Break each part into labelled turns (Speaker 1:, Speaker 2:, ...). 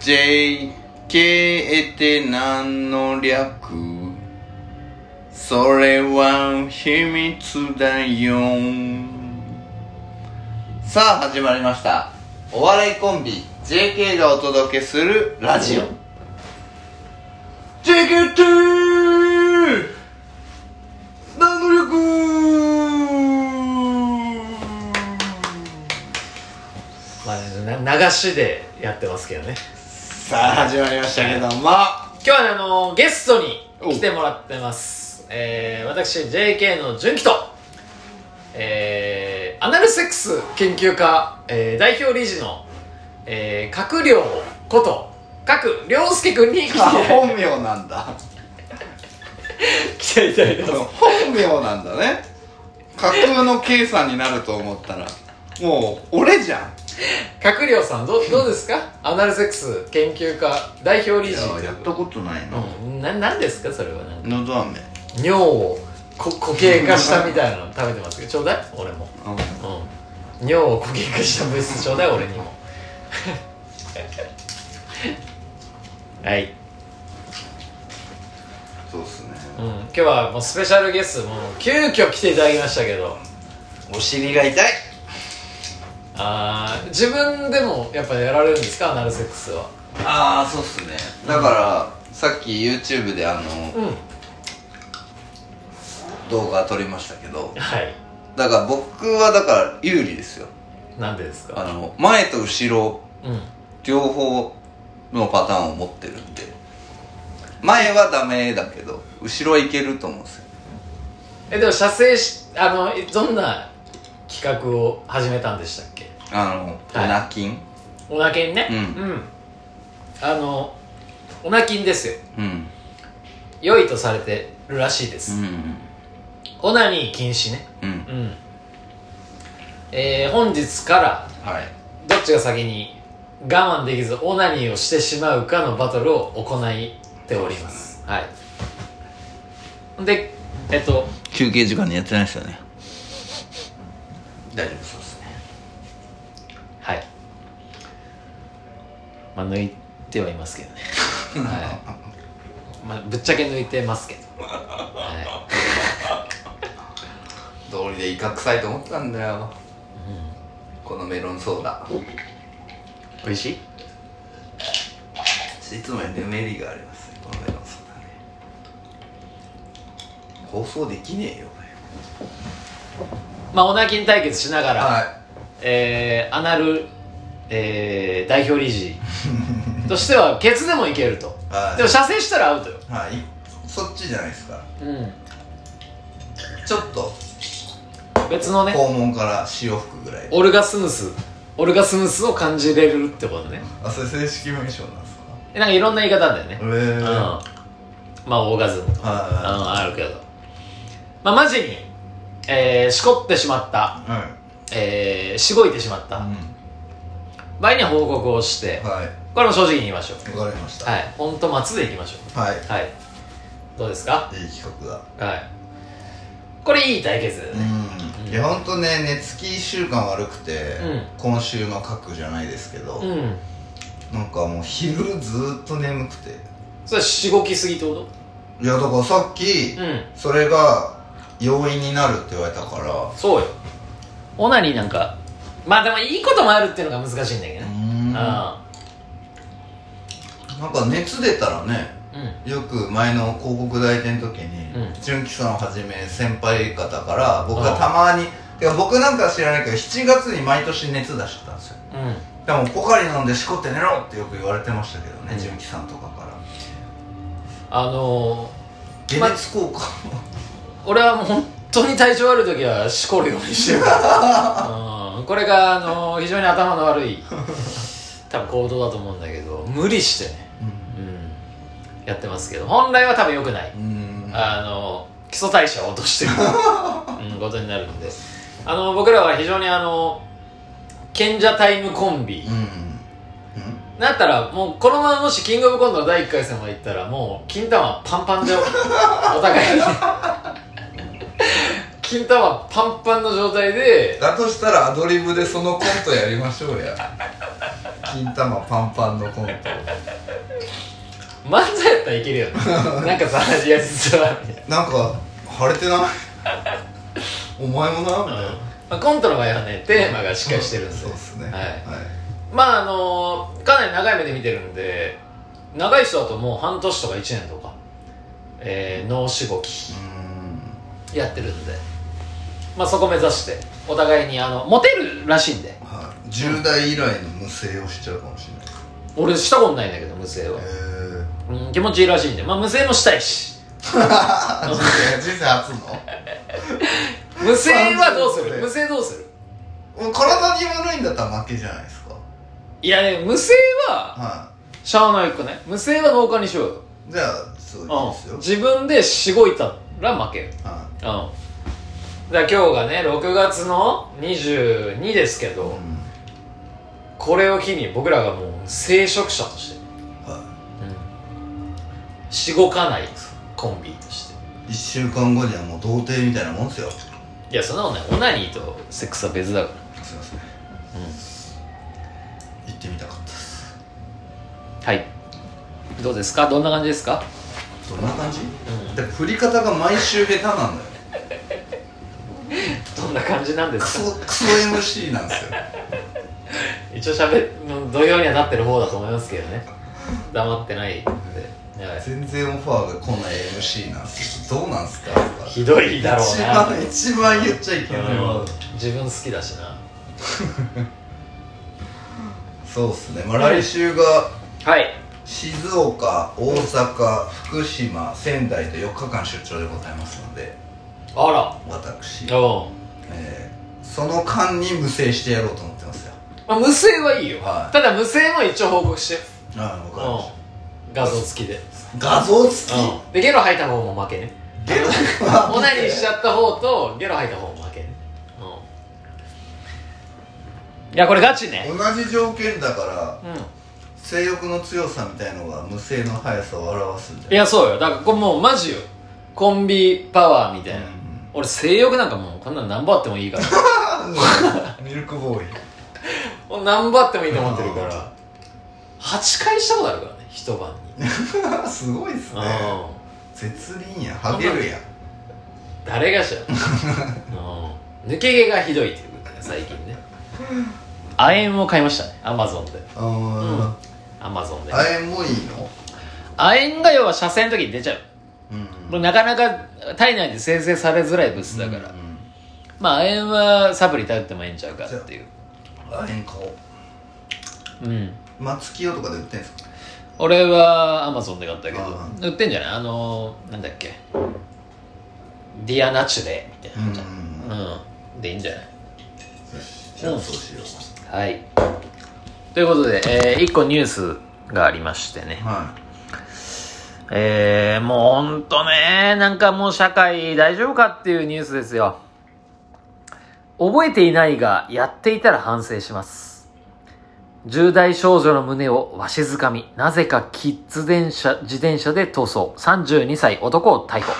Speaker 1: JK って何の略それは秘密だよさあ始まりましたお笑いコンビ JK がお届けするラジオ JK って何の略
Speaker 2: まあ、な流しでやってますけどね
Speaker 1: さあ始まりましたけども
Speaker 2: 今日はねあのゲストに来てもらってます、えー、私 JK の純喜とえー、アナルセックス研究家、えー、代表理事の、えー、角良こと角良介君に来て
Speaker 1: あ本名なんだ
Speaker 2: 来ていただいてます
Speaker 1: 本名なんだね架空の K さんになると思ったらもう俺じゃん
Speaker 2: 角良さんどうどうですかアナルセックス研究家代表理事という
Speaker 1: たことない
Speaker 2: うん、な何ですかそれはなんか
Speaker 1: のど飴
Speaker 2: 尿をこ固形化したみたいなの食べてますけどちょうだい俺もうん尿を固形化した物質ちょうだい俺にもはい、
Speaker 1: そうっすね
Speaker 2: うん、今日はもうスペシャルゲストもう急遽来ていただきましたけど
Speaker 1: お尻が痛い
Speaker 2: あー自分でもやっぱやられるんですかアナルセックスは
Speaker 1: ああそうっすねだから、さっき YouTube であの
Speaker 2: うん
Speaker 1: 動画撮りましたけど
Speaker 2: はい
Speaker 1: だから僕はだから有利ですよ
Speaker 2: なんでです
Speaker 1: あ
Speaker 2: か
Speaker 1: の前と後ろ
Speaker 2: うん
Speaker 1: 両方のパターンを持ってるんで前はダメだけど後ろはいけると思うんですよ
Speaker 2: えでも射精しあのどんな企画を始めたんでしたっけ
Speaker 1: あのお
Speaker 2: はい
Speaker 1: なきん
Speaker 2: おなけにね
Speaker 1: う
Speaker 2: うん、あのおなきんですよ
Speaker 1: うん
Speaker 2: 良いとされてるらしいで
Speaker 1: う
Speaker 2: す、
Speaker 1: ん
Speaker 2: オナニー禁止ね
Speaker 1: うん
Speaker 2: うんえー、本日から
Speaker 1: はい
Speaker 2: どっちが先に我慢できずオナニーをしてしまうかのバトルを行っておりますはいでえっと
Speaker 1: 休憩時間にやってないですよね大丈夫そうですね
Speaker 2: はいまあ抜いてはいますけどねはい、まあ、ぶっちゃけ抜いてますけど、はい
Speaker 1: 道理でイカ臭いと思ったんだよ、このメロンソーダ
Speaker 2: 美味しい
Speaker 1: いつもよりぬめりがありますねこのメロンソーダね放送できねえよ
Speaker 2: まあオナキン対決しなが
Speaker 1: 俺
Speaker 2: ら、
Speaker 1: は
Speaker 2: えーアナル、えー代表理 事としてはケツでもいけると
Speaker 1: はい
Speaker 2: でも射精したらアウトよ
Speaker 1: いはいそっちじゃないですか
Speaker 2: うん
Speaker 1: ちょっと
Speaker 2: 別のね
Speaker 1: 肛門から潮吹くぐらい
Speaker 2: オルガスムスオルガスムスを感じれるってことね
Speaker 1: あそれ正式名称なんですか
Speaker 2: でなんかいろんな言い方あるんだよね、
Speaker 1: え
Speaker 2: うん
Speaker 1: は
Speaker 2: まあオーガズムと
Speaker 1: い
Speaker 2: か、うん、
Speaker 1: は
Speaker 2: あるけどまあマジに、えーしこってしまった
Speaker 1: いはい
Speaker 2: えーしごいてしまった、場合には報告をして
Speaker 1: うんはい
Speaker 2: これも正直に言いましょう
Speaker 1: わかりました
Speaker 2: はい本当松でいきましょ
Speaker 1: はいう
Speaker 2: はいどうですか
Speaker 1: いい企画だ
Speaker 2: はい。これいい対決だよね。
Speaker 1: うんいやほんとね寝つき1週間悪くて、
Speaker 2: うん
Speaker 1: 今週の核じゃないですけど、
Speaker 2: うん。
Speaker 1: なんかもう昼ずーっと眠くて
Speaker 2: それはしごきすぎってこ
Speaker 1: いやだからさっき、
Speaker 2: とうん。
Speaker 1: それが要因になるって言われたから
Speaker 2: そうよ。オナニーなんか、まあでもいいこともあるっていうのが難しいんだけど
Speaker 1: う
Speaker 2: ね。
Speaker 1: ん
Speaker 2: うん。
Speaker 1: なんか熱出たらね
Speaker 2: うん。
Speaker 1: よく前の広告代理店の時に、
Speaker 2: うん
Speaker 1: 純喜さんをはじめ先輩方から僕がたまに、てか僕なんか知らないけど7月に毎年熱出してたんですよ
Speaker 2: うん。
Speaker 1: でもポカリ飲んでしこって寝ろってよく言われてましたけどね、
Speaker 2: うん
Speaker 1: 純喜さんとかから
Speaker 2: あのま
Speaker 1: 解熱効果
Speaker 2: ー、俺はもう本当に体調悪い時はしこるように してるから。うん。これが、あのー、非常に頭の悪い、多分行動だと思うんだけど、無理してね、うん。やってますけど、本来は多分良くない。
Speaker 1: うんうん
Speaker 2: あの基礎代謝を落と してる、うん、ことになるんであの僕らは非常にあの賢者タイムコンビ、
Speaker 1: うん
Speaker 2: だったらもうこのままもしキングオブコントの第1回戦まで行ったらもう金玉パン パンでお互いに金玉パンパンの状態で
Speaker 1: だとした らアドリブでそのコントやりましょうや金玉パンパンのコント
Speaker 2: 漫才やったらいけ るよねなんかさいや実はみたいな
Speaker 1: なんか腫れてないお前もなみたいな、
Speaker 2: まあ、コントの場合はねテーマがしっかりしてるんで、
Speaker 1: そうっすね
Speaker 2: はいまああのかなり長い目で見てるんで長い人だともう半年とか1年とか、えー、脳死後期
Speaker 3: うーん
Speaker 2: やってるんでまあそこ目指してお互いにあのモテるらしいんで
Speaker 1: はい、10代以来の無声をしちゃうかもしれない
Speaker 2: 俺したことないんだけど無声は、
Speaker 1: へ
Speaker 2: うん、気持ちいいらしいんでまあ無声もしたいし
Speaker 1: え人生 人生初の
Speaker 2: 無声はどうする
Speaker 1: 30
Speaker 2: 無声どうする
Speaker 1: もう体に悪いんだったら負けじゃないですか
Speaker 2: いやね無声は
Speaker 1: は
Speaker 2: しゃあないくない無声は農家にしようよ
Speaker 1: いじゃあそうです
Speaker 2: う
Speaker 1: よ
Speaker 2: ん、自分でしごいたら負ける
Speaker 1: は
Speaker 2: うんだから今日がね6月の22ですけど、
Speaker 1: い、うん
Speaker 2: これを機に僕らがもう聖職者として、
Speaker 1: は
Speaker 2: しごかないコンビとして
Speaker 1: い、1週間後にはもう童貞みたいなもんですよすい
Speaker 2: いやそんなことないオナニーとセックスは別だか
Speaker 1: ません
Speaker 2: らうん
Speaker 1: 行ってみたかったです
Speaker 2: はいどうですかどんな感じですか
Speaker 1: どんな感じ
Speaker 2: うん
Speaker 1: で振り方が毎週下手なんだよ
Speaker 2: どんな感じなんで
Speaker 1: ク
Speaker 2: すか
Speaker 1: ソクソ MC なんですよ
Speaker 2: 一応しゃべ土曜にはなってる方だと思いますけどね黙ってないんで、はい
Speaker 1: 全然オファーが来ない MC なんですよどうなんすかとか
Speaker 2: ひどいだろう
Speaker 1: 一
Speaker 2: な
Speaker 1: 番一番言っちゃいけないわ
Speaker 2: うん自分好きだしな
Speaker 1: そうっすねまあ来週が
Speaker 2: はい
Speaker 1: 静岡大阪福島仙台と4日間出張でございますので
Speaker 2: あ
Speaker 1: 私、
Speaker 2: らおう
Speaker 1: えーその間に無制してやろうと思ってますよ
Speaker 2: まあ無声はいいよ、
Speaker 1: はい
Speaker 2: ただ無声も一応報告してよ
Speaker 1: ああ分かりまし
Speaker 2: うん画像付きで
Speaker 1: た画像付き
Speaker 2: でゲロ吐いた方も負けね
Speaker 1: ゲ ロ
Speaker 2: オナニーしちゃった方とゲロ吐いた方も負けねうんいやこれガチね
Speaker 1: 同じ条件だから
Speaker 2: うん
Speaker 1: 性欲の強さみたいのが無性の速さを表すんじゃない
Speaker 2: いやそうよだからこれもうマジよコンビパワーみたいな、
Speaker 1: うん
Speaker 2: 俺性欲なんかもうこんなん何ぼあってもいいから
Speaker 1: ミルクボーイ
Speaker 2: もう何ぼあってもいいと思ってるから8回したことあるからね一晩に、
Speaker 1: すごいっすね
Speaker 2: うん
Speaker 1: 絶倫やハゲるやん
Speaker 2: 誰がしゃ抜け毛がひどいっていうことね最近ね亜鉛を買いましたねアマゾンで
Speaker 1: あ
Speaker 2: アマゾンで
Speaker 1: あえもいいの
Speaker 2: 亜鉛が要は射精の時に出ちゃうこれなかなか体内で生成されづらい物質だか
Speaker 1: う
Speaker 2: ら、
Speaker 1: ん
Speaker 2: まあ亜鉛はサプリ頼ってもええんちゃうかっていう
Speaker 1: あえん顔
Speaker 2: うん
Speaker 1: 松清とかで売ってんすか
Speaker 2: 俺はアマゾンで買ったけ
Speaker 1: あ
Speaker 2: ど売ってんじゃないあのー、なんだっけディアナチュレみたいなの
Speaker 1: ん
Speaker 2: じゃんうんでいいんじゃない
Speaker 1: じゃあそうしよう
Speaker 2: はい。ということで、えー、一個ニュースがありましてね。
Speaker 1: は
Speaker 2: えー、もうほんとね、なんかもう社会大丈夫かっていうニュースですよ。覚えていないが、やっていたら反省します。10代少女の胸をわしづかみ、なぜかキッズ電車、自転車で逃走。32歳男を逮捕。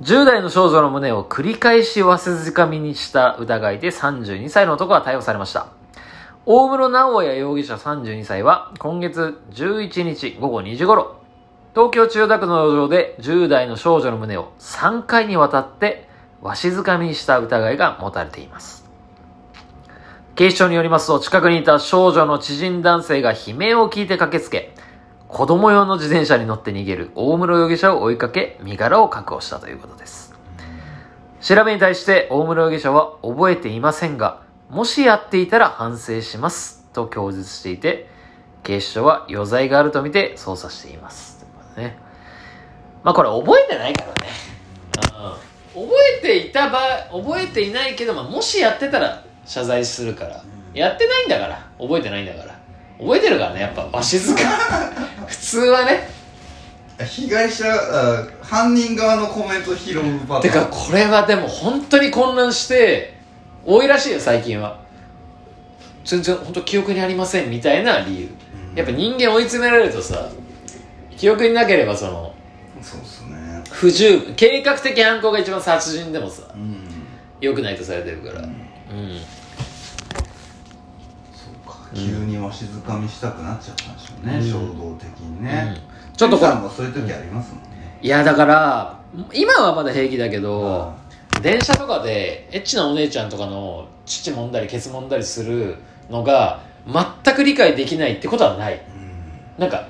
Speaker 2: 10代の少女の胸を繰り返しわしづかみにした疑いで32歳の男が逮捕されました。大室直也容疑者32歳は今月11日午後2時頃、東京千代田区の路上で10代の少女の胸を3回にわたってわしづかみにした疑いが持たれています。警視庁によりますと近くにいた少女の知人男性が悲鳴を聞いて駆けつけ、子供用の自転車に乗って逃げる大室容疑者を追いかけ身柄を確保したということです。調べに対して大室容疑者は覚えていませんが、もしやっていたら反省しますと供述していて、警視庁は余罪があるとみて捜査しています。ということでね、まあこれ覚えてないからね。うん覚えていた場合、覚えていないけど、まあ、もしやってたら謝罪するから。やってないんだから、覚えてないんだから。覚えてるからね、やっぱ、わしづか。普通はね。
Speaker 1: い被害者あ犯人側のコメント拾うパタ
Speaker 2: て
Speaker 1: ー
Speaker 2: か
Speaker 1: ン
Speaker 2: これはでも本当に混乱して多いらしいよ最近は全然本当記憶にありませんみたいな理由
Speaker 1: うん
Speaker 2: やっぱ人間追い詰められるとさ記憶になければその
Speaker 1: そうっすね
Speaker 2: 不十分計画的犯行が一番殺人でもさ
Speaker 1: うん
Speaker 2: 良くないとされてるからうん
Speaker 1: そうか急にわしづかみしたくなっちゃったんでしょうね、
Speaker 2: うん
Speaker 1: 衝動的にね、
Speaker 2: うんちょっとこ
Speaker 1: こ
Speaker 2: れ
Speaker 1: もそういう時ありますもんね、
Speaker 2: いやだから今はまだ平気だけど
Speaker 1: あ
Speaker 2: 電車とかでエッチなお姉ちゃんとかの乳揉んだりケツ揉んだりするのが全く理解できないってことはない
Speaker 1: うん
Speaker 2: なんか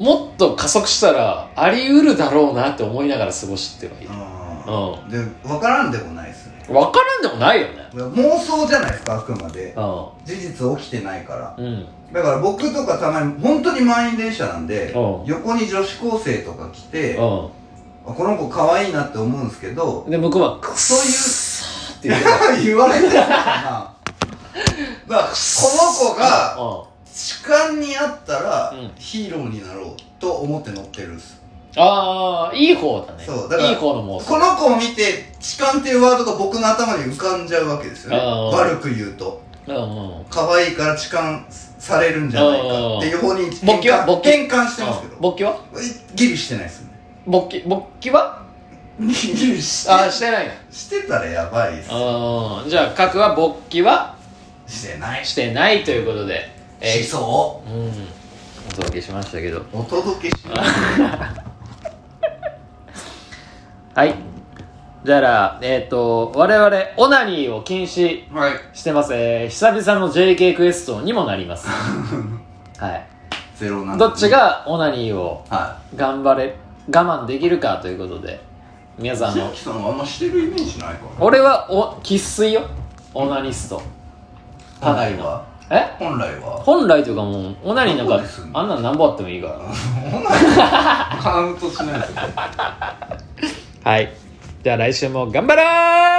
Speaker 2: もっと加速したらあり得るだろうなって思いながら過ごしてはいる
Speaker 1: あーで分からんでもないですね
Speaker 2: 分からんでもないよね
Speaker 1: 妄想じゃないですかあくまで
Speaker 2: う
Speaker 1: 事実起きてないから
Speaker 2: んうん
Speaker 1: だから僕とかたまに本当に満員電車なんで
Speaker 2: うん
Speaker 1: 横に女子高生とか来てあ
Speaker 2: う
Speaker 1: この子可愛いなって思うんですけど
Speaker 2: んで向こうは
Speaker 1: そういう
Speaker 2: 「って言うから
Speaker 1: 言われてるかなだからこの子が
Speaker 2: う
Speaker 1: 痴漢にあったら
Speaker 2: うん
Speaker 1: ヒーローになろうと思って乗ってるんです
Speaker 2: んああいい方だね
Speaker 1: そうだから
Speaker 2: いい方の妄想
Speaker 1: この子を見て痴漢っていうワードが僕の頭に浮かんじゃうわけですよね
Speaker 2: あー
Speaker 1: 悪く言うと
Speaker 2: うんうん
Speaker 1: 可愛いから痴漢されるんじゃないかっていう方に
Speaker 2: 勃起は勃起
Speaker 1: 転換してますけ
Speaker 2: うん
Speaker 1: ど
Speaker 2: 勃起は
Speaker 1: ギリしてないですよね
Speaker 2: 勃起勃起は
Speaker 1: ギリし
Speaker 2: ああしてないの
Speaker 1: してたらやばいっす
Speaker 2: うんじゃあ核は勃起は
Speaker 1: してないし
Speaker 2: してないということで、
Speaker 1: 思
Speaker 2: え
Speaker 1: 想を
Speaker 2: ー、うんお届けしましたけど
Speaker 1: お届 けします
Speaker 2: はいじゃあらえっ、と我々オナニーを禁止
Speaker 1: はい
Speaker 2: してます、えー、久々の JK クエストにもなります はい
Speaker 1: ゼロなんで
Speaker 2: どっちがオナニーを
Speaker 1: は
Speaker 2: 頑張れ我慢できるかということで皆さん
Speaker 1: い
Speaker 2: の
Speaker 1: 関さんはあんましてるイメージないから
Speaker 2: 俺はお生粋よオナニストかなり
Speaker 1: 本来
Speaker 2: の
Speaker 1: は
Speaker 2: え
Speaker 1: 本来は
Speaker 2: 本来というかもうオナニーなん
Speaker 1: ど
Speaker 2: か
Speaker 1: こです
Speaker 2: あんなん何本あってもいいから
Speaker 1: 本来 はカウントしないですよ
Speaker 2: はい。じゃあ来週も頑張ろう